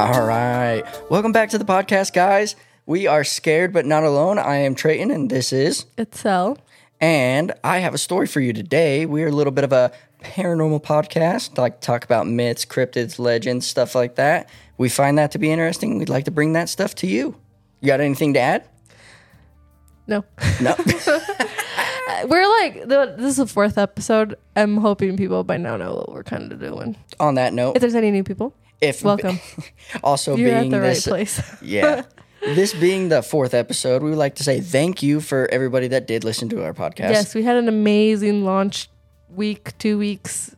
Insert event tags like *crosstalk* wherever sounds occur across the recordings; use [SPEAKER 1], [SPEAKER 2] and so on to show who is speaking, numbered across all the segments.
[SPEAKER 1] All right. Welcome back to the podcast, guys. We are scared but not alone. I am Trayton, and this is.
[SPEAKER 2] It's so.
[SPEAKER 1] And I have a story for you today. We are a little bit of a paranormal podcast, like talk about myths, cryptids, legends, stuff like that. We find that to be interesting. We'd like to bring that stuff to you. You got anything to add?
[SPEAKER 2] *laughs* No.
[SPEAKER 1] No.
[SPEAKER 2] Uh, We're like, the, this is the fourth episode. I'm hoping people by now know what we're kind of doing.
[SPEAKER 1] On that note,
[SPEAKER 2] If there's any new people,
[SPEAKER 1] if
[SPEAKER 2] welcome.
[SPEAKER 1] *laughs* also
[SPEAKER 2] You're
[SPEAKER 1] being
[SPEAKER 2] at the right
[SPEAKER 1] this,
[SPEAKER 2] place. *laughs*
[SPEAKER 1] yeah. This being the fourth episode, we would like to say thank you for everybody that did listen to our podcast.
[SPEAKER 2] Yes, we had an amazing launch week, two weeks.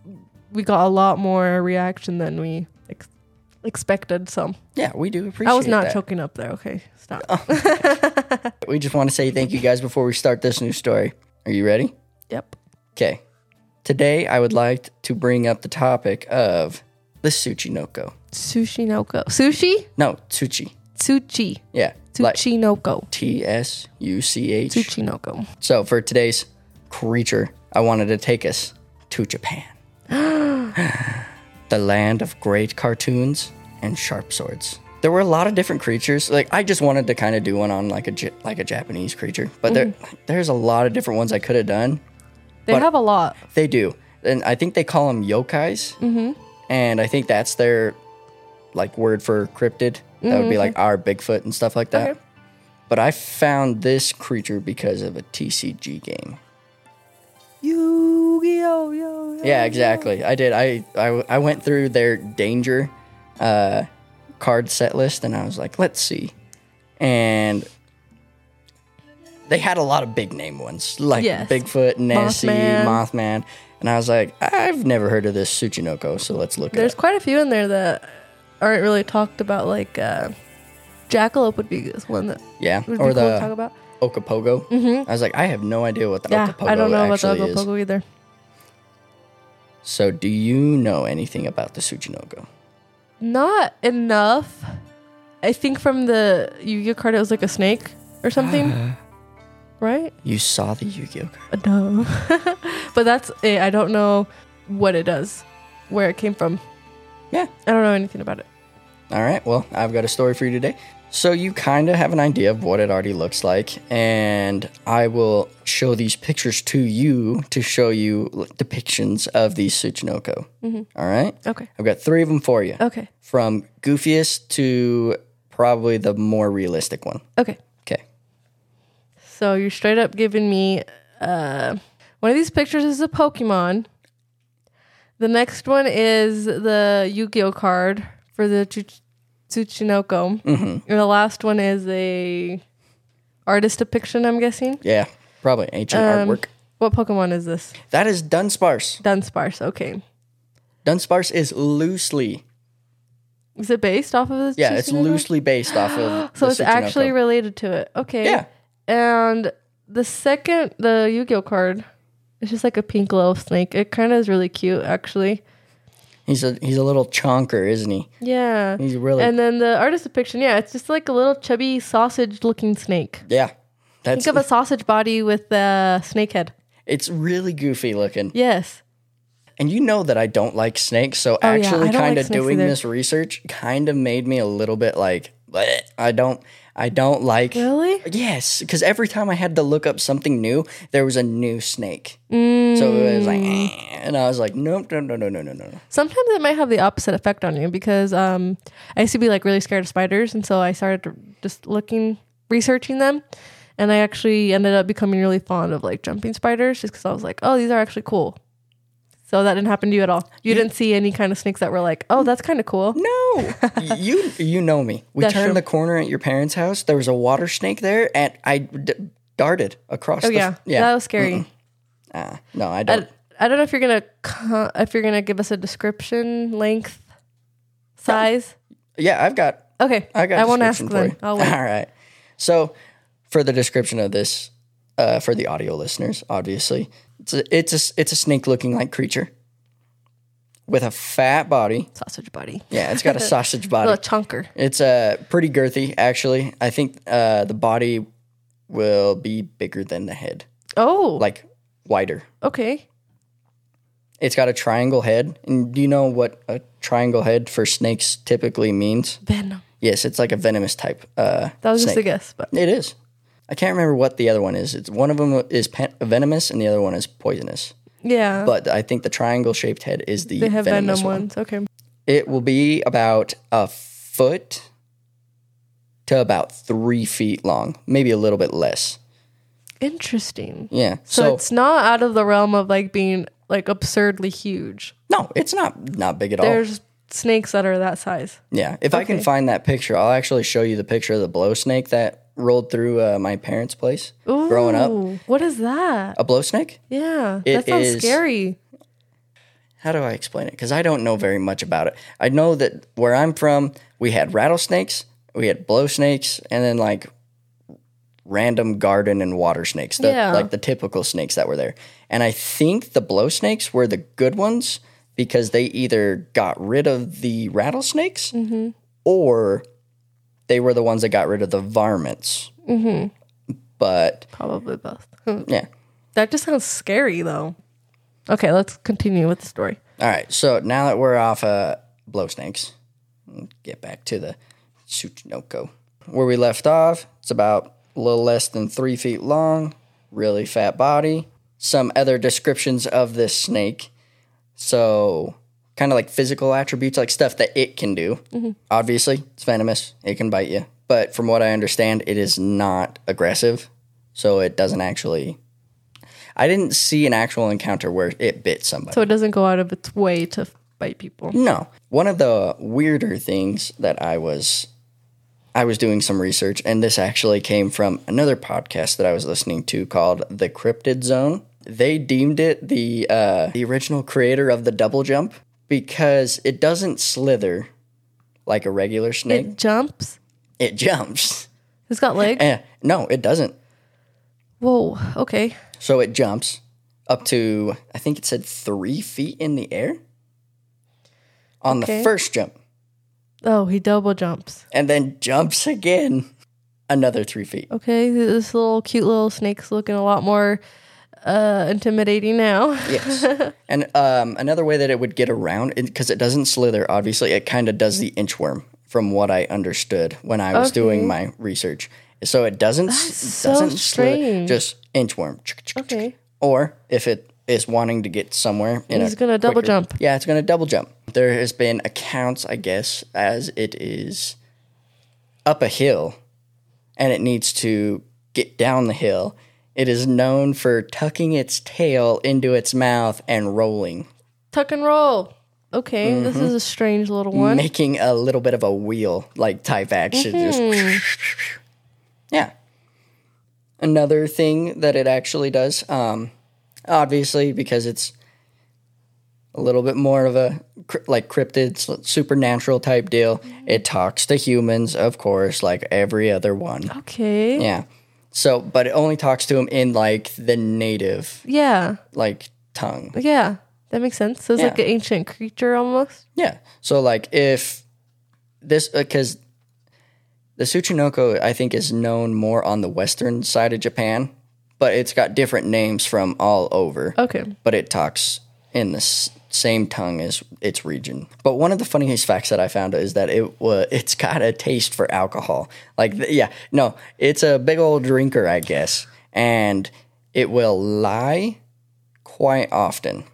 [SPEAKER 2] We got a lot more reaction than we ex- expected. So
[SPEAKER 1] Yeah, we do appreciate
[SPEAKER 2] I was not
[SPEAKER 1] that. Oh.
[SPEAKER 2] choking up there. Okay, stop.
[SPEAKER 1] We just want to say thank you guys before we start this new story. Are you ready?
[SPEAKER 2] Yep.
[SPEAKER 1] Okay. Today, I would like to bring up the topic of the Tsuchinoko.
[SPEAKER 2] Sushinoko. Sushi?
[SPEAKER 1] No, Tsuchi.
[SPEAKER 2] Tsuchi.
[SPEAKER 1] Yeah. Like
[SPEAKER 2] Tsuchinoko.
[SPEAKER 1] T S U C H.
[SPEAKER 2] Tsuchinoko.
[SPEAKER 1] So, for today's creature, I wanted to take us to Japan, the land of great cartoons and sharp swords. There were a lot of different creatures. Like I just wanted to kind of do one on like a Ja- like a Japanese creature, but there there's a lot of different ones I could have done.
[SPEAKER 2] They have a lot.
[SPEAKER 1] They do, and I think they call them yokais, mm-hmm. and I think that's their like word for cryptid. That would be like our Bigfoot and stuff like that.
[SPEAKER 2] Okay.
[SPEAKER 1] But I found this creature because of a TCG game.
[SPEAKER 2] Yu-Gi-Oh! Yo, yo.
[SPEAKER 1] Yeah, exactly. I did. I I, I went through their danger uh, card set list, and I was like, let's see, and. They had a lot of big name ones like
[SPEAKER 2] Yes.
[SPEAKER 1] Bigfoot, Nessie,
[SPEAKER 2] Mothman.
[SPEAKER 1] Mothman. And I was like, I've never heard of this Tsuchinoko, so let's look at it.
[SPEAKER 2] There's quite a few in there that aren't really talked about. Like uh, Jackalope would be this one that
[SPEAKER 1] Yeah,
[SPEAKER 2] would be
[SPEAKER 1] or
[SPEAKER 2] cool to talk
[SPEAKER 1] the
[SPEAKER 2] about.
[SPEAKER 1] Okapogo. I was like, I have no idea what the
[SPEAKER 2] Mm-hmm. Yeah,
[SPEAKER 1] Okapogo
[SPEAKER 2] I don't know about the
[SPEAKER 1] actually is.
[SPEAKER 2] Ogopogo either.
[SPEAKER 1] So, do you know anything about the Tsuchinoko?
[SPEAKER 2] Not enough. I think from the Yu-Gi-Oh card, it was like a snake
[SPEAKER 1] *gasps*
[SPEAKER 2] or something, right?
[SPEAKER 1] You saw the Yu-Gi-Oh card.
[SPEAKER 2] Uh, No, *laughs* but that's it. I don't know what it does, where it came from.
[SPEAKER 1] Yeah.
[SPEAKER 2] I don't know anything about it.
[SPEAKER 1] All right. Well, I've got a story for you today. So you kind of have an idea of what it already looks like, and I will show these pictures to you to show you like, depictions of these Tsuchinoko. All right.
[SPEAKER 2] Okay.
[SPEAKER 1] I've got three of them for you,
[SPEAKER 2] Mm-hmm. Okay.
[SPEAKER 1] from goofiest to probably the more realistic one.
[SPEAKER 2] Okay.
[SPEAKER 1] Okay.
[SPEAKER 2] So you're straight up giving me uh, one of these pictures is a Pokemon. The next one is the Yu-Gi-Oh card for the Tsuch- Tsuchinoko,
[SPEAKER 1] Mm-hmm.
[SPEAKER 2] and the last one is a artist depiction. I'm guessing.
[SPEAKER 1] Yeah. Probably ancient
[SPEAKER 2] Um,
[SPEAKER 1] artwork.
[SPEAKER 2] What Pokemon is this?
[SPEAKER 1] That is Dunsparce.
[SPEAKER 2] Dunsparce. Okay.
[SPEAKER 1] Dunsparce is loosely,
[SPEAKER 2] Is it based off of this?
[SPEAKER 1] yeah, it's loosely based off of.
[SPEAKER 2] *gasps* So
[SPEAKER 1] the
[SPEAKER 2] it's actually
[SPEAKER 1] Tsuchinoko.
[SPEAKER 2] related to it. Okay.
[SPEAKER 1] Yeah.
[SPEAKER 2] And the second, the Yu Gi Oh card, it's just like a pink little snake. It kind of is really cute, actually.
[SPEAKER 1] he's a he's a little chonker, isn't he?
[SPEAKER 2] Yeah.
[SPEAKER 1] He's really
[SPEAKER 2] And then the artist depiction, yeah, it's just like a little chubby sausage looking snake.
[SPEAKER 1] yeah. That's
[SPEAKER 2] Think of a sausage body with a snake head.
[SPEAKER 1] it's really goofy looking,
[SPEAKER 2] Yes.
[SPEAKER 1] and you know that I don't like snakes, so
[SPEAKER 2] Oh, yeah,
[SPEAKER 1] actually,
[SPEAKER 2] I don't
[SPEAKER 1] kind
[SPEAKER 2] like
[SPEAKER 1] of
[SPEAKER 2] snakes
[SPEAKER 1] doing
[SPEAKER 2] either.
[SPEAKER 1] this research kind of made me a little bit like "Bleh, I don't I don't like
[SPEAKER 2] Really?
[SPEAKER 1] yes because every time I had to look up something new, there was a new snake, so it was like
[SPEAKER 2] Mm.
[SPEAKER 1] "Eh," and I was like nope no no no no no no
[SPEAKER 2] Sometimes it might have the opposite effect on you because um, I used to be like really scared of spiders, and so I started to- just looking, researching them, and I actually ended up becoming really fond of like jumping spiders just because I was like, oh, these are actually cool. So that didn't happen to you at all. You didn't see any kind of snakes that were like, oh, that's kind of cool.
[SPEAKER 1] No,
[SPEAKER 2] *laughs*
[SPEAKER 1] you you know me. We
[SPEAKER 2] That's
[SPEAKER 1] turned
[SPEAKER 2] true.
[SPEAKER 1] the corner at your parents' house. There was a water snake there, and I d- darted across.
[SPEAKER 2] Oh
[SPEAKER 1] the,
[SPEAKER 2] yeah, that was scary.
[SPEAKER 1] Uh, no, I don't.
[SPEAKER 2] I don't know if you're gonna co- if you're gonna give us a description, length, size.
[SPEAKER 1] yeah, I've got.
[SPEAKER 2] Okay,
[SPEAKER 1] I got. a
[SPEAKER 2] won't ask
[SPEAKER 1] description for you.
[SPEAKER 2] then.
[SPEAKER 1] *laughs*
[SPEAKER 2] I'll wait.
[SPEAKER 1] All right. So, for the description of this, uh, for the audio listeners, obviously, it's a it's a, s- it's a snake looking like creature with a fat body.
[SPEAKER 2] Sausage body,
[SPEAKER 1] Yeah,
[SPEAKER 2] *laughs*
[SPEAKER 1] it's got a sausage body.
[SPEAKER 2] little chunker.
[SPEAKER 1] It's uh, pretty girthy, actually. I think uh, the body will be bigger than the head,
[SPEAKER 2] Oh,
[SPEAKER 1] like wider.
[SPEAKER 2] okay.
[SPEAKER 1] It's got a triangle head. And do you know what a triangle head for snakes typically means?
[SPEAKER 2] Venom.
[SPEAKER 1] Yes, it's like a venomous type. Uh,
[SPEAKER 2] That was
[SPEAKER 1] snake.
[SPEAKER 2] just a guess, but
[SPEAKER 1] It is. I can't remember what the other one is. It's one of them is pen- venomous and the other one is poisonous.
[SPEAKER 2] yeah.
[SPEAKER 1] But I think the triangle shaped head is the
[SPEAKER 2] Oh. they have
[SPEAKER 1] venomous
[SPEAKER 2] venom
[SPEAKER 1] one.
[SPEAKER 2] ones. Okay.
[SPEAKER 1] It will be about a foot to about three feet long, maybe a little bit less.
[SPEAKER 2] Interesting.
[SPEAKER 1] Yeah.
[SPEAKER 2] So,
[SPEAKER 1] So,
[SPEAKER 2] it's not out of the realm of like being like absurdly huge.
[SPEAKER 1] no, it's not not big at all.
[SPEAKER 2] There's snakes that are that size.
[SPEAKER 1] Yeah. If I can
[SPEAKER 2] okay.
[SPEAKER 1] find that picture, I'll actually show you the picture of the blow snake that rolled through uh, my parents' place
[SPEAKER 2] Ooh,
[SPEAKER 1] growing up.
[SPEAKER 2] What is that?
[SPEAKER 1] A blow snake?
[SPEAKER 2] Yeah.
[SPEAKER 1] It
[SPEAKER 2] that sounds
[SPEAKER 1] is-
[SPEAKER 2] scary.
[SPEAKER 1] how do I explain it? Because I don't know very much about it. I know that where I'm from, we had rattlesnakes, we had blow snakes, and then like random garden and water snakes, the,
[SPEAKER 2] Yeah.
[SPEAKER 1] like the typical snakes that were there. And I think the blow snakes were the good ones because they either got rid of the rattlesnakes or they were the ones that got rid of the varmints. Mm-hmm. But
[SPEAKER 2] Probably both. *laughs* Hmm.
[SPEAKER 1] yeah.
[SPEAKER 2] That just sounds scary though. Okay, let's continue with the story.
[SPEAKER 1] All right. So now that we're off uh, blow snakes, get back to the Tsuchinoko. Where we left off, it's about a little less than three feet long, really fat body. Some other descriptions of this snake. So, kind of like physical attributes, like stuff that it can do. Obviously, it's venomous, it can bite you. But from what I understand, it is not aggressive. So, it doesn't actually. I didn't see an actual encounter where it bit somebody.
[SPEAKER 2] So it doesn't go out of its way to bite people.
[SPEAKER 1] No. One of the weirder things that I was I was doing some research and this actually came from another podcast that I was listening to called The Cryptid Zone. They deemed it the uh, the original creator of the double jump because it doesn't slither like a regular snake.
[SPEAKER 2] It jumps.
[SPEAKER 1] It, jumps. *laughs*
[SPEAKER 2] It's got legs.
[SPEAKER 1] Eh, no, it doesn't.
[SPEAKER 2] Whoa. Okay.
[SPEAKER 1] So it jumps up to I think it said three feet in the air on
[SPEAKER 2] Okay.
[SPEAKER 1] the first jump.
[SPEAKER 2] Oh, he double jumps.
[SPEAKER 1] and then jumps again another three feet.
[SPEAKER 2] Okay, this little cute little snake's looking a lot more uh, intimidating now. *laughs*
[SPEAKER 1] Yes. and um, another way that it would get around, because it doesn't slither, obviously, it kind of does the inchworm from what I understood when I was doing my research. So it doesn't,
[SPEAKER 2] so
[SPEAKER 1] doesn't slither,
[SPEAKER 2] strange.
[SPEAKER 1] just inchworm.
[SPEAKER 2] Okay.
[SPEAKER 1] Or if it is wanting to get somewhere, in a
[SPEAKER 2] He's gonna double
[SPEAKER 1] quicker-
[SPEAKER 2] jump.
[SPEAKER 1] Yeah, it's going to double jump. There has been accounts, I guess, as it is up a hill and it needs to get down the hill. It is known for tucking its tail into its mouth and rolling,
[SPEAKER 2] Tuck and roll. Okay, this is a strange little one.
[SPEAKER 1] making a little bit of a wheel like type action. Just yeah. Another thing that it actually does, um, obviously, because it's a little bit more of a cr- like cryptid, s- supernatural type deal. It talks to humans, of course, like every other one.
[SPEAKER 2] Okay. Yeah.
[SPEAKER 1] Yeah. So, but it only talks to him in like the native
[SPEAKER 2] yeah.
[SPEAKER 1] like tongue.
[SPEAKER 2] That makes sense. So it's like
[SPEAKER 1] Yeah.
[SPEAKER 2] an ancient creature almost.
[SPEAKER 1] Yeah. So like if this because the Tsuchinoko I think is known more on the western side of Japan, but it's got different names from all over.
[SPEAKER 2] Okay.
[SPEAKER 1] But it talks in the s- same tongue as its region. But one of the funniest facts that I found is that it was it's got a taste for alcohol. Like th- yeah, no, it's a big old drinker, I guess, and it will lie quite often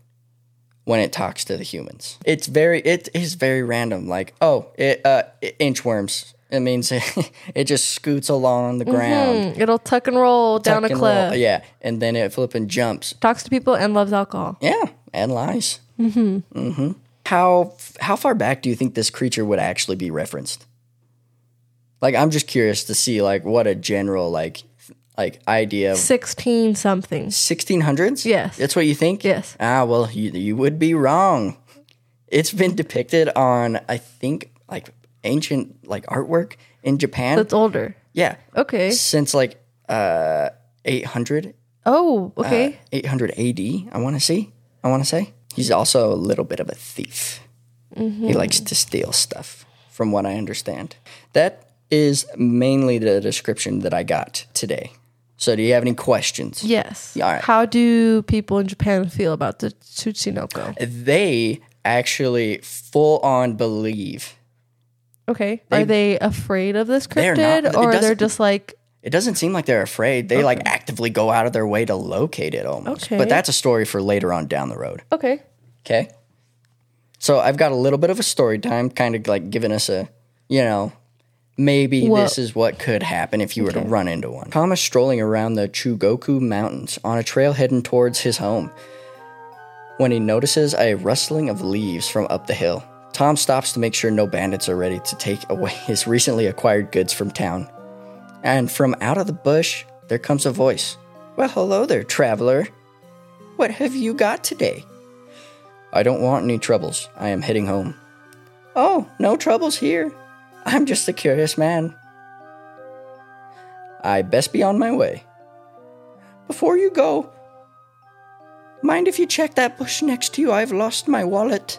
[SPEAKER 1] when it talks to the humans. It's very it is very random. Like oh, it uh, inchworms. It means *laughs* it just scoots along on the ground.
[SPEAKER 2] Mm, it'll tuck and roll down
[SPEAKER 1] tuck
[SPEAKER 2] a
[SPEAKER 1] and
[SPEAKER 2] cliff.
[SPEAKER 1] roll. Yeah, and then it flipping jumps.
[SPEAKER 2] Talks to people and loves alcohol.
[SPEAKER 1] Yeah, and lies. Mm-hmm. Mm-hmm. How how far back do you think this creature would actually be referenced? Like, I'm just curious to see like what a general like like idea of
[SPEAKER 2] 16 something.
[SPEAKER 1] 1600s.
[SPEAKER 2] Yes.
[SPEAKER 1] that's what you think.
[SPEAKER 2] Yes.
[SPEAKER 1] Ah, well, you you would be wrong. It's been depicted on I think like ancient like artwork in Japan.
[SPEAKER 2] That's older.
[SPEAKER 1] yeah,
[SPEAKER 2] Okay.
[SPEAKER 1] since like uh 800
[SPEAKER 2] Oh, okay.
[SPEAKER 1] 800 AD, I want to see. I want to say. He's also a little bit of a thief. He likes to steal stuff, from what I understand. That is mainly the description that I got today. So, do you have any questions?
[SPEAKER 2] Yes.
[SPEAKER 1] Yeah, all right.
[SPEAKER 2] How do people in Japan feel about the Tsuchinoko?
[SPEAKER 1] They actually full on believe.
[SPEAKER 2] Okay. Are they afraid of this
[SPEAKER 1] They're
[SPEAKER 2] cryptid,
[SPEAKER 1] not- it
[SPEAKER 2] or they're
[SPEAKER 1] doesn't-
[SPEAKER 2] just like
[SPEAKER 1] It doesn't seem like they're afraid. They like actively go out of their way to locate it almost.
[SPEAKER 2] Okay.
[SPEAKER 1] But that's a story for later on down the road.
[SPEAKER 2] okay?
[SPEAKER 1] Okay. So I've got a little bit of a story time, kind of like giving us a, you know, maybe
[SPEAKER 2] Wha-
[SPEAKER 1] this is what could happen if you were to run into one. Thomas strolling around the Chugoku Mountains on a trail heading towards his home when he notices a rustling of leaves from up the hill. Tom stops to make sure no bandits are ready to take away *laughs* his recently acquired goods from town. And from out of the bush, there comes a voice. Well, hello there, traveler. What have you got today? I don't want any troubles. I am heading home. Oh, no troubles here. I'm just a curious man. I best be on my way. Before you go, mind if you check that bush next to you? I've lost my wallet.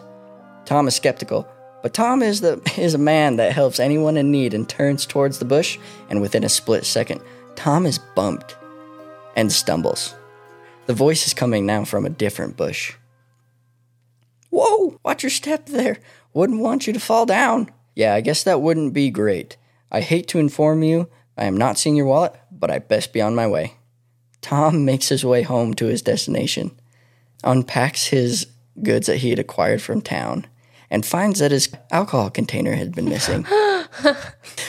[SPEAKER 1] Tom is skeptical, but Tom is the *laughs* is a man that helps anyone in need and turns towards the bush, and within a split second, Tom is bumped and stumbles. The voice is coming now from a different bush. Whoa, watch your step there. Wouldn't want you to fall down. Yeah, I guess that wouldn't be great. I hate to inform you, I am not seeing your wallet, but I best be on my way. Tom makes his way home to his destination, unpacks his goods that he had acquired from town, and finds that his alcohol container had been
[SPEAKER 2] *laughs*
[SPEAKER 1] missing.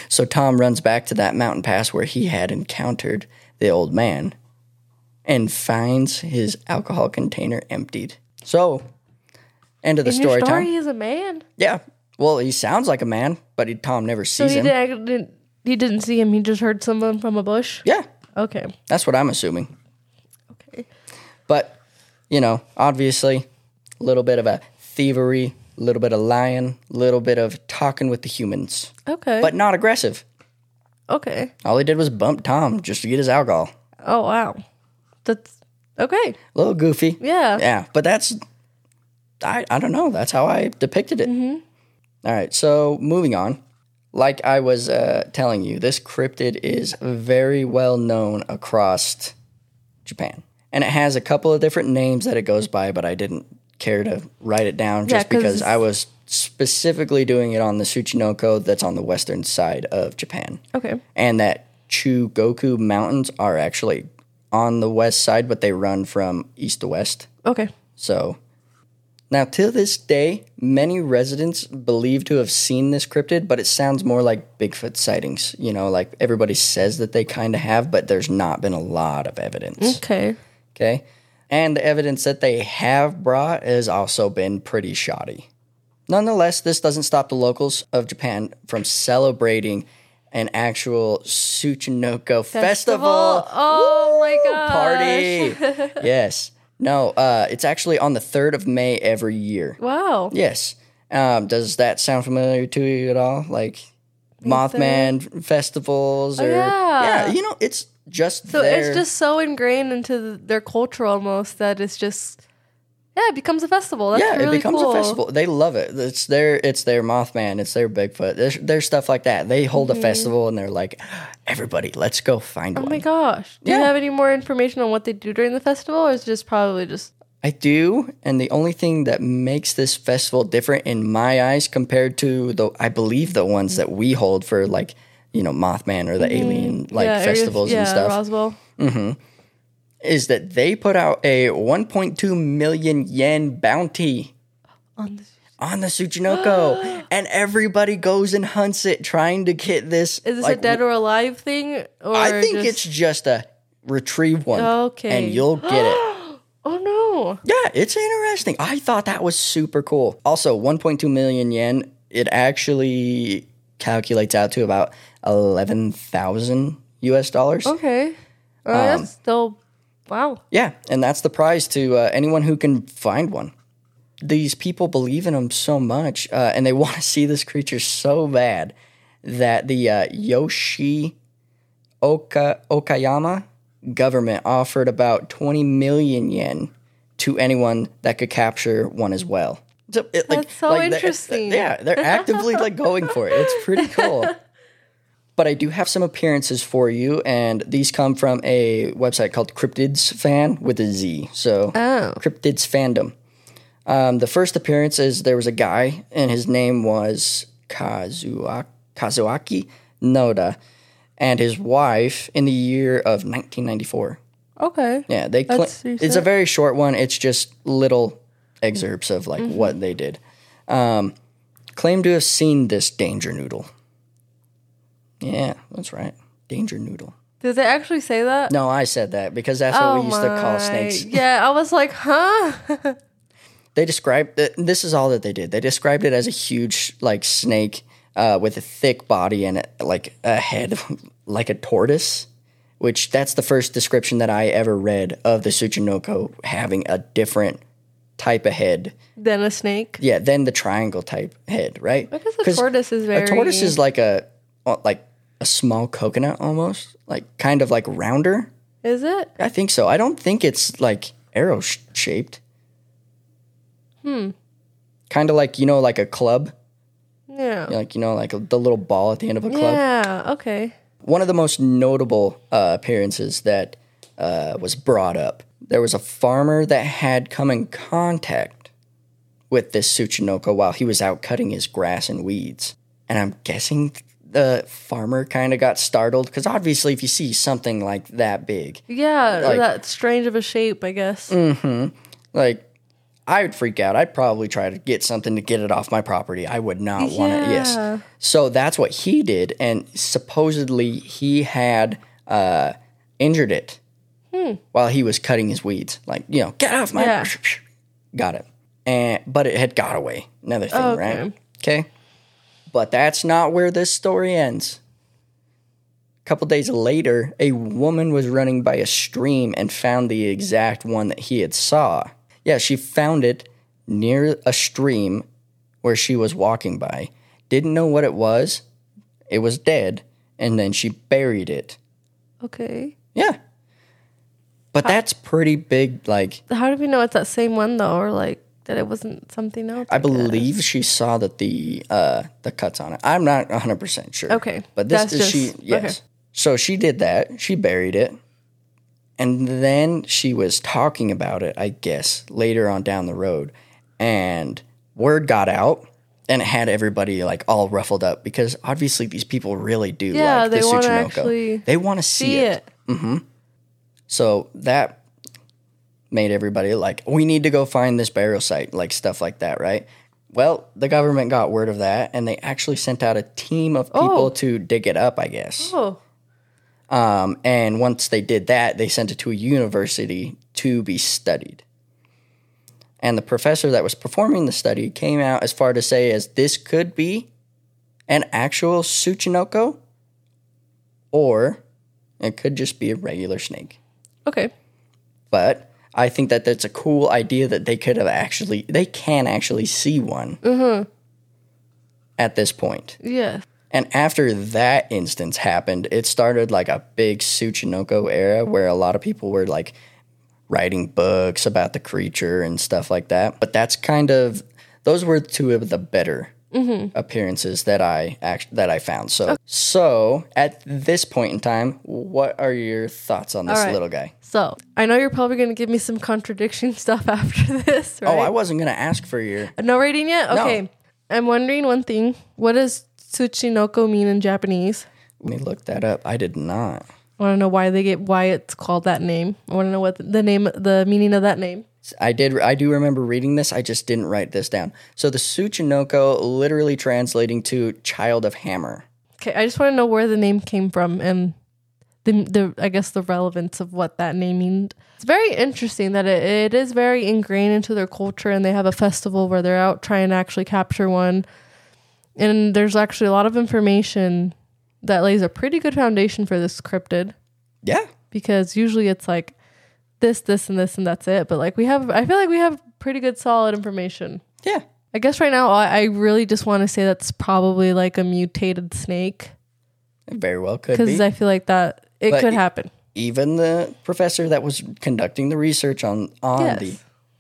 [SPEAKER 1] so Tom runs back to that mountain pass where he had encountered the old man and finds his alcohol container emptied. So, end of the
[SPEAKER 2] In
[SPEAKER 1] story,
[SPEAKER 2] your story,
[SPEAKER 1] time.
[SPEAKER 2] he's a man.
[SPEAKER 1] Yeah. Well, he sounds like a man, but he, Tom never
[SPEAKER 2] So
[SPEAKER 1] sees
[SPEAKER 2] he
[SPEAKER 1] him.
[SPEAKER 2] didn't, didn't he didn't see him. He just heard someone from a bush.
[SPEAKER 1] Yeah,
[SPEAKER 2] Okay.
[SPEAKER 1] that's what I'm assuming.
[SPEAKER 2] Okay.
[SPEAKER 1] But, you know, obviously, a little bit of a thievery, a little bit of lying, a little bit of talking with the humans,
[SPEAKER 2] Okay.
[SPEAKER 1] but not aggressive.
[SPEAKER 2] okay.
[SPEAKER 1] All he did was bump Tom just to get his alcohol.
[SPEAKER 2] Oh wow. That's okay.
[SPEAKER 1] A little goofy.
[SPEAKER 2] Yeah.
[SPEAKER 1] Yeah, but that's, I, I don't know. That's how I depicted it.
[SPEAKER 2] Mm-hmm.
[SPEAKER 1] All right, so moving on. Like I was uh, telling you, this cryptid is very well known across Japan. And it has a couple of different names that it goes by, but I didn't care to write it down
[SPEAKER 2] Yeah,
[SPEAKER 1] just because
[SPEAKER 2] 'cause-
[SPEAKER 1] I was specifically doing it on the Tsuchinoko that's on the western side of Japan.
[SPEAKER 2] Okay.
[SPEAKER 1] And that Chugoku Mountains are actually on the west side, but they run from east to west.
[SPEAKER 2] Okay.
[SPEAKER 1] So now, till this day, many residents believe to have seen this cryptid, but it sounds more like Bigfoot sightings. You know, like everybody says that they kind of have, but there's not been a lot of evidence.
[SPEAKER 2] Okay.
[SPEAKER 1] Okay. And the evidence that they have brought has also been pretty shoddy. Nonetheless, this doesn't stop the locals of Japan from celebrating an actual Tsuchinoko festival.
[SPEAKER 2] Oh my god.
[SPEAKER 1] Party. yes. No, uh, it's actually on the 3rd of May every year.
[SPEAKER 2] *laughs* Wow.
[SPEAKER 1] Yes. Um, does that sound familiar to you at all? Like Mothman festivals or
[SPEAKER 2] Oh, yeah.
[SPEAKER 1] you know, it's just
[SPEAKER 2] So
[SPEAKER 1] there.
[SPEAKER 2] it's just so ingrained into the, their culture almost that it's just yeah, it becomes a festival. That's
[SPEAKER 1] yeah,
[SPEAKER 2] really
[SPEAKER 1] it becomes
[SPEAKER 2] cool.
[SPEAKER 1] a festival. They love it. It's their it's their Mothman, it's their Bigfoot. There's there's stuff like that. They hold a festival and they're like, everybody, let's go find one.
[SPEAKER 2] Mm-hmm. Oh my gosh. Do you
[SPEAKER 1] Yeah.
[SPEAKER 2] have any more information on what they do during the festival or is it just probably just
[SPEAKER 1] I do, and the only thing that makes this festival different in my eyes compared to the I believe the ones that we hold for like, you know, Mothman or the alien like
[SPEAKER 2] Mm-hmm. yeah, areas-
[SPEAKER 1] festivals
[SPEAKER 2] yeah,
[SPEAKER 1] and stuff
[SPEAKER 2] Roswell.
[SPEAKER 1] is that they put out a 1.2 million yen bounty
[SPEAKER 2] On the,
[SPEAKER 1] on the
[SPEAKER 2] *gasps*
[SPEAKER 1] Tsuchinoko and everybody goes and hunts it trying to get this
[SPEAKER 2] is this
[SPEAKER 1] like,
[SPEAKER 2] a dead or alive thing? Or
[SPEAKER 1] I think
[SPEAKER 2] just,
[SPEAKER 1] it's just a retrieve one
[SPEAKER 2] Okay.
[SPEAKER 1] and you'll
[SPEAKER 2] *gasps*
[SPEAKER 1] get it. *gasps*
[SPEAKER 2] Oh no.
[SPEAKER 1] Yeah, it's interesting. I thought that was super cool. Also, 1.2 million yen, it actually calculates out to about 11,000 US dollars.
[SPEAKER 2] Okay. Oh, Well,
[SPEAKER 1] Um,
[SPEAKER 2] that's still wow.
[SPEAKER 1] Yeah, and that's the prize to uh, anyone who can find one. These people believe in them so much, uh, and they *laughs* want to see this creature so bad that the uh, Yoshi Oka- Okayama government offered about 20 million yen to anyone that could capture one as well. So it,
[SPEAKER 2] That's so
[SPEAKER 1] they're-
[SPEAKER 2] interesting. *laughs*
[SPEAKER 1] yeah, they're actively like going for it. It's pretty cool. but I do have some appearances for you, and these come from a website called Cryptids Fan with a Z. So
[SPEAKER 2] Oh.
[SPEAKER 1] Cryptids Fandom. Um, the first appearance is there was a guy, and his name was Kazua- Kazuaki Noda, and his wife in the year of 1994.
[SPEAKER 2] Okay.
[SPEAKER 1] Yeah, they. Cl-
[SPEAKER 2] That's recent.
[SPEAKER 1] it's a very short one. It's just little excerpts of like what they did. Um, claim to have seen this danger noodle. Yeah, that's right, danger noodle.
[SPEAKER 2] Did they actually say that?
[SPEAKER 1] No, I said that because that's what we used to call snakes.
[SPEAKER 2] Yeah, I was like, huh? *laughs*
[SPEAKER 1] They described th- this is all that they did. They described it as a huge like snake uh, with a thick body and like a head *laughs* like a tortoise. Which that's the first description that I ever read of the Tsuchinoko having a different type of head.
[SPEAKER 2] then a snake.
[SPEAKER 1] Yeah, then the triangle type head, right?
[SPEAKER 2] I guess a tortoise is very.
[SPEAKER 1] a tortoise is like a uh, like a small coconut almost, like kind of like rounder.
[SPEAKER 2] Is it?
[SPEAKER 1] I think so. I don't think it's like arrow sh- shaped. Hmm. Kind of like you know, like a club,
[SPEAKER 2] Yeah. Yeah.
[SPEAKER 1] like you know, like the little ball at the end of a club.
[SPEAKER 2] okay.
[SPEAKER 1] One of the most notable uh, appearances that uh, was brought up. There was a farmer that had come in contact with this Tsuchinoko while he was out cutting his grass and weeds. And I'm guessing the farmer kind of got startled because obviously, if you see something like that big,
[SPEAKER 2] Yeah,
[SPEAKER 1] Like- Mm.
[SPEAKER 2] that strange of a shape, I guess.
[SPEAKER 1] like I would freak out. I'd probably try to get something to get it off my property. I would not want it.
[SPEAKER 2] Yeah.
[SPEAKER 1] Yes. So that's what he did, and supposedly he had uh, injured it while he was cutting his weeds. Like you know, get off my.
[SPEAKER 2] Hmm. Yeah.
[SPEAKER 1] Got it. And but it had got away. Another thing,
[SPEAKER 2] Oh,
[SPEAKER 1] right?
[SPEAKER 2] okay.
[SPEAKER 1] Okay. But that's not where this story ends. A couple days later, a woman was running by a stream and found the exact one that he had saw. Yeah, she found it near a stream where she was walking by. Didn't know what it was. It was dead, and then she buried it.
[SPEAKER 2] Okay.
[SPEAKER 1] Yeah. But that's pretty big like
[SPEAKER 2] How do we know it's that same one though, or like that it wasn't something else?
[SPEAKER 1] I
[SPEAKER 2] guess?
[SPEAKER 1] believe she saw that the uh, the cuts on it. I'm not 100 percent sure.
[SPEAKER 2] Okay.
[SPEAKER 1] but this
[SPEAKER 2] That's
[SPEAKER 1] is
[SPEAKER 2] just-
[SPEAKER 1] she.
[SPEAKER 2] okay.
[SPEAKER 1] Yes. So she did that. She buried it, and then she was talking about it. I guess later on down the road, and word got out, and it had everybody like all ruffled up because obviously these people really do
[SPEAKER 2] Yeah,
[SPEAKER 1] like
[SPEAKER 2] they
[SPEAKER 1] the
[SPEAKER 2] wanna
[SPEAKER 1] Tsuchinoko.
[SPEAKER 2] actually
[SPEAKER 1] they want to see,
[SPEAKER 2] see
[SPEAKER 1] it.
[SPEAKER 2] it.
[SPEAKER 1] So that made everybody like, we need to go find this burial site, like stuff like that, right? Well, the government got word of that and they actually sent out a team of people
[SPEAKER 2] Oh.
[SPEAKER 1] to dig it up, I
[SPEAKER 2] *gasps*
[SPEAKER 1] guess.
[SPEAKER 2] Oh,
[SPEAKER 1] Um, and once they did that, they sent it to a university to be studied. And the professor that was performing the study came out as far to say as this could be an actual Tsuchinoko or it could just be a regular snake
[SPEAKER 2] okay.
[SPEAKER 1] but I think that that's a cool idea that they could have actually, they can actually see one at this point.
[SPEAKER 2] Yeah.
[SPEAKER 1] And after that instance happened, it started like a big Tsuchinoko era where a lot of people were like writing books about the creature and stuff like that. But that's kind of those were two of the better appearances that I act- that I found. So so at this point in time, what are your thoughts on this
[SPEAKER 2] right.
[SPEAKER 1] little guy?
[SPEAKER 2] So I know you're probably gonna give me some contradiction *laughs* stuff after this, right?
[SPEAKER 1] Oh, I wasn't gonna ask for your
[SPEAKER 2] No rating yet? Okay. I'm wondering one thing. What does Tsuchinoko mean in Japanese?
[SPEAKER 1] Let me look that up. I did not.
[SPEAKER 2] I want to know why they get why it's called that name. I want to know what the name, the meaning of that name.
[SPEAKER 1] I did. I do remember reading this. I just didn't write this down. So the Tsuchinoko, literally translating to "child of hammer."
[SPEAKER 2] Okay, I just want to know where the name came from and the, the I guess the relevance of what that name means. It's very interesting that it, it is very ingrained into their culture, and they have a festival where they're out trying to actually capture one. And there's actually a lot of information that lays a pretty good foundation for this cryptid
[SPEAKER 1] Yeah,
[SPEAKER 2] because usually it's like this, this, and this, and that's it. But like we have, I feel like we have pretty good solid information.
[SPEAKER 1] yeah.
[SPEAKER 2] I guess right now I, I really just want to say that's probably like a mutated snake
[SPEAKER 1] It very well could
[SPEAKER 2] because
[SPEAKER 1] be.
[SPEAKER 2] I feel like that it
[SPEAKER 1] But
[SPEAKER 2] could
[SPEAKER 1] it-
[SPEAKER 2] happen.
[SPEAKER 1] Even the professor that was conducting the research on on
[SPEAKER 2] Yes.
[SPEAKER 1] the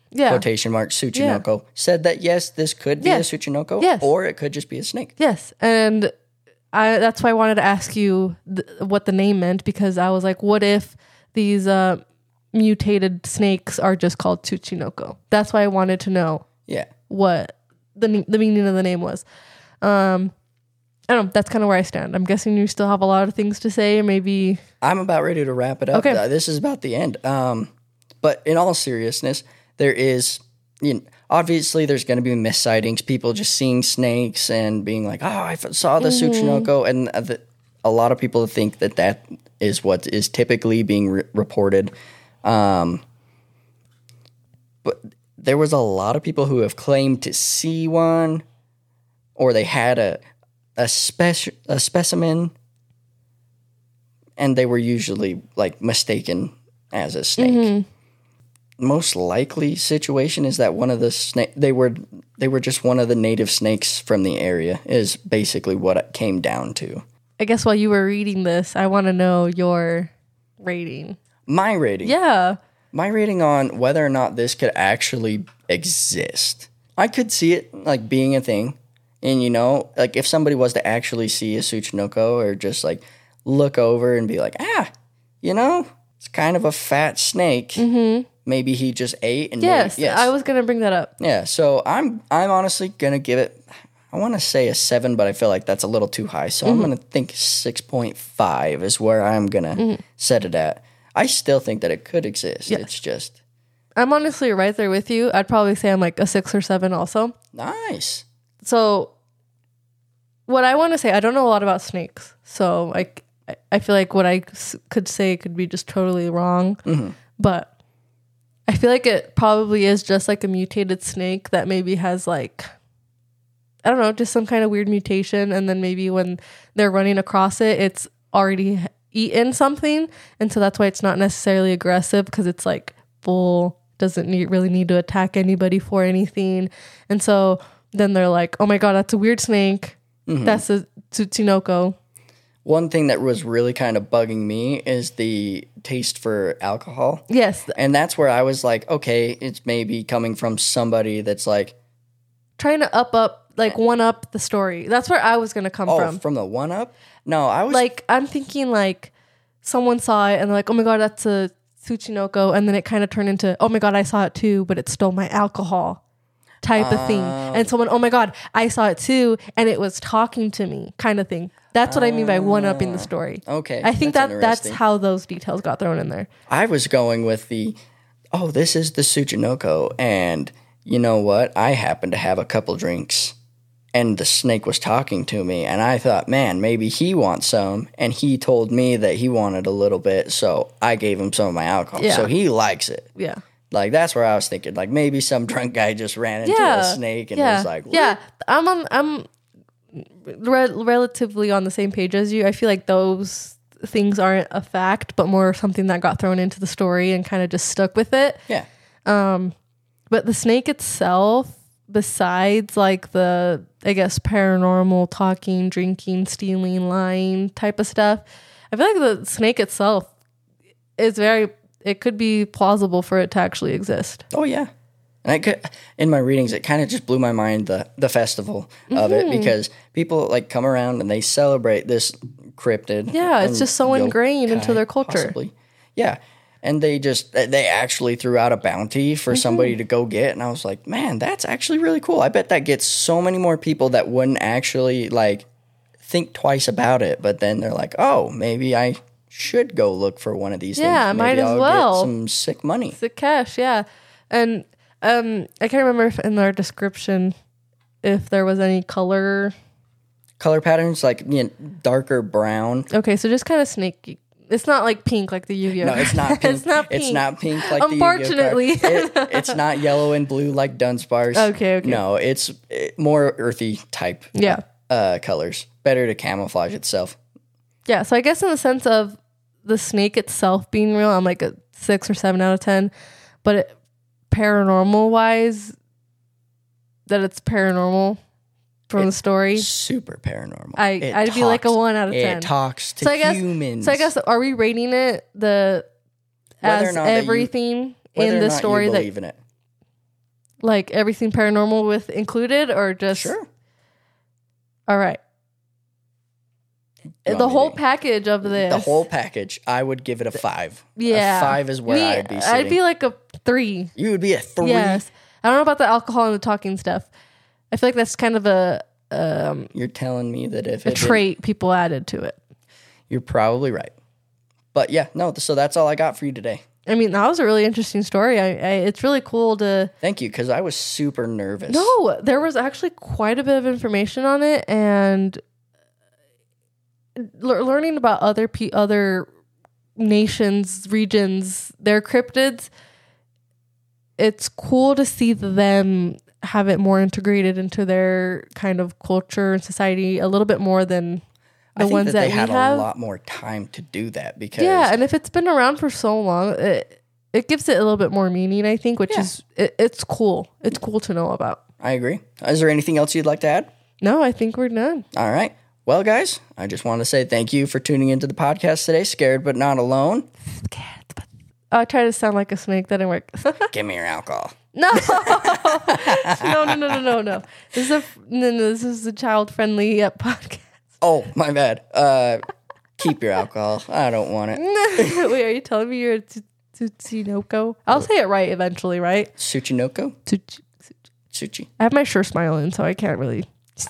[SPEAKER 2] Yeah.
[SPEAKER 1] quotation mark Tsuchinoko said that yes, this could be
[SPEAKER 2] Yes.
[SPEAKER 1] a Tsuchinoko,
[SPEAKER 2] Yes.
[SPEAKER 1] or it could just be a snake.
[SPEAKER 2] Yes, and I that's why I wanted to ask you th- what the name meant because I was like, what if these uh, mutated snakes are just called Tsuchinoko? That's why I wanted to know
[SPEAKER 1] Yeah.
[SPEAKER 2] what the ne- the meaning of the name was. Um, I don't know. That's kind of where I stand. I'm guessing you still have a lot of things to say, or maybe
[SPEAKER 1] I'm about ready to wrap it up.
[SPEAKER 2] Okay.
[SPEAKER 1] Uh, This is about the end. Um, but in all seriousness, there is, you know, obviously there's going to be missightings, people just seeing snakes and being like, oh, I f- saw the Tsuchinoko. And uh, the, a lot of people think that that is what is typically being re- reported. Um, but there was a lot of people who have claimed to see one or they had a, a, spec- a specimen and they were usually like mistaken as a snake. Most likely situation is that one of the snake they were they were just one of the native snakes from the area is basically what it came down to.
[SPEAKER 2] I guess while you were reading this, I want to know your rating.
[SPEAKER 1] My rating,
[SPEAKER 2] Yeah.
[SPEAKER 1] my rating on whether or not this could actually exist. I could see it like being a thing, and you know, like if somebody was to actually see a Tsuchinoko or just like look over and be like, ah, you know, it's kind of a fat snake. Maybe he just ate and
[SPEAKER 2] Mm-hmm. Yes,
[SPEAKER 1] maybe- yes,
[SPEAKER 2] I was gonna bring that up.
[SPEAKER 1] yeah. So I'm I'm honestly gonna give it. I want to say a seven, but I feel like that's a little too high. So
[SPEAKER 2] Mm-hmm.
[SPEAKER 1] I'm gonna think six point five is where I'm gonna
[SPEAKER 2] Mm-hmm.
[SPEAKER 1] set it at. I still think that it could exist. It's just
[SPEAKER 2] I'm honestly right there with you. I'd probably say I'm like a six or seven also.
[SPEAKER 1] nice.
[SPEAKER 2] So what I want to say, I don't know a lot about snakes, so I I- I feel like what I s- could say could be just totally wrong, but I feel like it probably is just like a mutated snake that maybe has like I don't know, just some kind of weird mutation, and then maybe when they're running across it, it's already h- eaten something, and so that's why it's not necessarily aggressive because it's like full doesn't need really need to attack anybody for anything, and so then they're like, oh my god, that's a weird snake, that's a tsuchinoko.
[SPEAKER 1] One thing that was really kind of bugging me is the taste for alcohol.
[SPEAKER 2] Yes,
[SPEAKER 1] And that's where I was like, okay, it's maybe coming from somebody that's like,
[SPEAKER 2] trying to up up like one up the story. That's where I was gonna come
[SPEAKER 1] oh,
[SPEAKER 2] from.
[SPEAKER 1] from, the one up. No, I was
[SPEAKER 2] like I'm thinking like someone saw it and they're like, oh my god, that's a Tsuchinoko, and then it kind of turned into, oh my god, I saw it too, but it stole my alcohol type of thing. And someone, oh my god, I saw it too, and it was talking to me, kind of thing. That's what I mean by one up in the story.
[SPEAKER 1] okay.
[SPEAKER 2] I think that Oh. that's
[SPEAKER 1] interesting.
[SPEAKER 2] how those details got thrown in there.
[SPEAKER 1] I was going with the, oh, this is the Tsuchinoko, and you know what? I happened to have a couple drinks, and the snake was talking to me, and I thought, man, maybe he wants some, and he told me that he wanted a little bit, so I gave him some of my alcohol,
[SPEAKER 2] Yeah.
[SPEAKER 1] so he likes it.
[SPEAKER 2] Yeah.
[SPEAKER 1] Like that's where I was thinking, like maybe some *laughs* drunk guy just ran into
[SPEAKER 2] Yeah.
[SPEAKER 1] a snake and was like,
[SPEAKER 2] yeah, I'm on, I'm re- relatively on the same page as you. I feel like those things aren't a fact, but more something that got thrown into the story and kind of just stuck with it.
[SPEAKER 1] yeah,
[SPEAKER 2] But the snake itself, besides like the, I guess, paranormal talking, drinking, stealing, lying type of stuff, I feel like the snake itself is very, it could be plausible for it to actually exist.
[SPEAKER 1] Oh yeah. And I could in my readings it kind of just blew my mind the the festival of
[SPEAKER 2] Mm-hmm.
[SPEAKER 1] it because people like come around and they celebrate this cryptid.
[SPEAKER 2] Yeah, it's
[SPEAKER 1] and
[SPEAKER 2] just so ingrained into
[SPEAKER 1] yokai,
[SPEAKER 2] their culture.
[SPEAKER 1] Possibly. Yeah. And they just they actually threw out a bounty
[SPEAKER 2] Mm-hmm.
[SPEAKER 1] for somebody to go get and I was like, "Man, that's actually really cool. I bet that gets so many more people that wouldn't actually like think twice about it, but then they're like, "Oh, maybe I should go look for one of these
[SPEAKER 2] Yeah,
[SPEAKER 1] things.
[SPEAKER 2] might
[SPEAKER 1] Maybe
[SPEAKER 2] as
[SPEAKER 1] I'll
[SPEAKER 2] well."
[SPEAKER 1] get some sick money."
[SPEAKER 2] The cash, yeah. And um I can't remember if in our description if there was any color.
[SPEAKER 1] color patterns like you know, darker brown.
[SPEAKER 2] Okay, so just kind of snaky. It's not like pink like the Yu-Gi-Oh.
[SPEAKER 1] No,
[SPEAKER 2] *laughs*
[SPEAKER 1] it's not pink.
[SPEAKER 2] it's not pink.
[SPEAKER 1] It's not pink like the Yu-Gi-Oh card.
[SPEAKER 2] Unfortunately.
[SPEAKER 1] It- it's not yellow and blue like Dunsparce.
[SPEAKER 2] Okay, okay.
[SPEAKER 1] No, it's eh, more earthy type
[SPEAKER 2] Yeah.
[SPEAKER 1] uh, colors. Better to camouflage itself.
[SPEAKER 2] Yeah, so I guess in the sense of the snake itself being real, I'm like a 6 or 7 out of 10. But it, paranormal wise that it's paranormal from the story.
[SPEAKER 1] Super paranormal.
[SPEAKER 2] I
[SPEAKER 1] It
[SPEAKER 2] I'd be like a
[SPEAKER 1] talks-
[SPEAKER 2] 1 out of 10.
[SPEAKER 1] It talks to
[SPEAKER 2] So I guess-
[SPEAKER 1] humans.
[SPEAKER 2] So I guess are we rating it the
[SPEAKER 1] Whether or
[SPEAKER 2] as
[SPEAKER 1] not that you-
[SPEAKER 2] everything
[SPEAKER 1] Whether
[SPEAKER 2] in
[SPEAKER 1] or
[SPEAKER 2] the
[SPEAKER 1] not you
[SPEAKER 2] story that
[SPEAKER 1] believe in it.
[SPEAKER 2] like everything paranormal with included or just
[SPEAKER 1] Sure.
[SPEAKER 2] all right.
[SPEAKER 1] You
[SPEAKER 2] the
[SPEAKER 1] want me
[SPEAKER 2] whole
[SPEAKER 1] to-
[SPEAKER 2] package of this.
[SPEAKER 1] the whole package, I would give it a five. A
[SPEAKER 2] yeah.
[SPEAKER 1] five is where
[SPEAKER 2] Me-
[SPEAKER 1] I'd be sitting.
[SPEAKER 2] I'd be like a three.
[SPEAKER 1] you would be a three.
[SPEAKER 2] Yes. I don't know about the alcohol and the talking stuff. I feel like that's kind of a um,
[SPEAKER 1] You're telling me that if
[SPEAKER 2] a
[SPEAKER 1] it didn't-
[SPEAKER 2] trait people added to it.
[SPEAKER 1] you're probably right. But yeah, no. So that's all I got for you today.
[SPEAKER 2] I mean, that was a really interesting story. I, I it's really cool to
[SPEAKER 1] Thank you, because I was super nervous.
[SPEAKER 2] No, there was actually quite a bit of information on it, and lear- learning about other pe- other nations, regions, their cryptids. It's cool to see them have it more integrated into their kind of culture and society a little bit more than
[SPEAKER 1] I
[SPEAKER 2] the
[SPEAKER 1] think
[SPEAKER 2] ones
[SPEAKER 1] that
[SPEAKER 2] that,
[SPEAKER 1] they
[SPEAKER 2] we
[SPEAKER 1] had
[SPEAKER 2] have.
[SPEAKER 1] a lot more time to do that because
[SPEAKER 2] Yeah, and if it's been around for so long, it it gives it a little bit more meaning, I think, which
[SPEAKER 1] Yeah.
[SPEAKER 2] is it, it's cool. It's cool to know about.
[SPEAKER 1] I agree. Is there anything else you'd like to add?
[SPEAKER 2] No, I think we're done.
[SPEAKER 1] All right. Well, guys, I just want to say thank you for tuning into the podcast today. Scared but not
[SPEAKER 2] *laughs*
[SPEAKER 1] alone.
[SPEAKER 2] I try to sound like a snake. That didn't work. *laughs*
[SPEAKER 1] Give me your alcohol.
[SPEAKER 2] no, no, no, no, no, no, no. This is a no, no, this is a child friendly uh, podcast. *laughs*
[SPEAKER 1] Oh, my bad. Uh, keep your alcohol. I don't want it.
[SPEAKER 2] Wait, are you telling me you're a Tsu- Tsuchinoko? I'll say it right eventually, right?
[SPEAKER 1] Tsuchinoko?
[SPEAKER 2] Tsuch-
[SPEAKER 1] Tsuchi.
[SPEAKER 2] I have my sure smile in, so I can't really. *sniffs*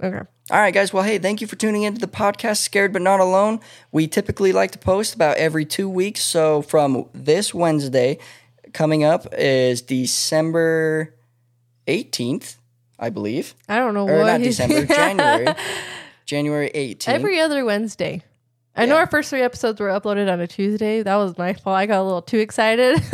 [SPEAKER 2] Okay.
[SPEAKER 1] All right, guys. Well, hey, thank you for tuning into the podcast, Scared But Not Alone. We typically like to post about every two weeks. So, from this Wednesday coming up is December 18th, I believe.
[SPEAKER 2] I don't know
[SPEAKER 1] Or
[SPEAKER 2] what.
[SPEAKER 1] not
[SPEAKER 2] he's- *laughs*
[SPEAKER 1] December, January. January 18th.
[SPEAKER 2] Every other Wednesday. I know
[SPEAKER 1] Yeah.
[SPEAKER 2] our first three episodes were uploaded on a Tuesday. That was my fault. I got a little too excited. *laughs*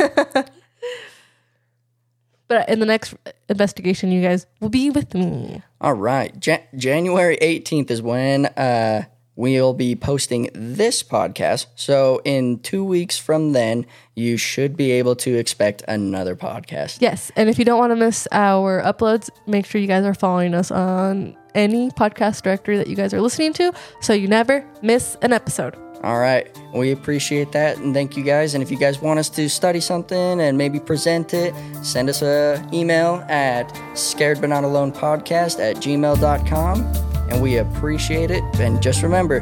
[SPEAKER 2] but in the next investigation, you guys will be with me.
[SPEAKER 1] All right. Ja- January 18th is when uh, we'll be posting this podcast. So, in two weeks from then, you should be able to expect another podcast.
[SPEAKER 2] Yes. And if you don't want to miss our uploads, make sure you guys are following us on any podcast directory that you guys are listening to so you never miss an episode.
[SPEAKER 1] All right. We appreciate that. And thank you guys. And if you guys want us to study something and maybe present it, send us a email at scaredbutnotalonepodcast at gmail.com. And we appreciate it. And just remember,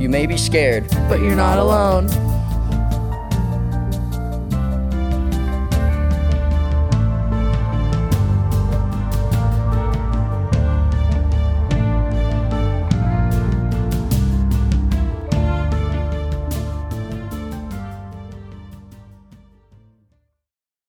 [SPEAKER 1] you may be scared,
[SPEAKER 2] But you're not alone.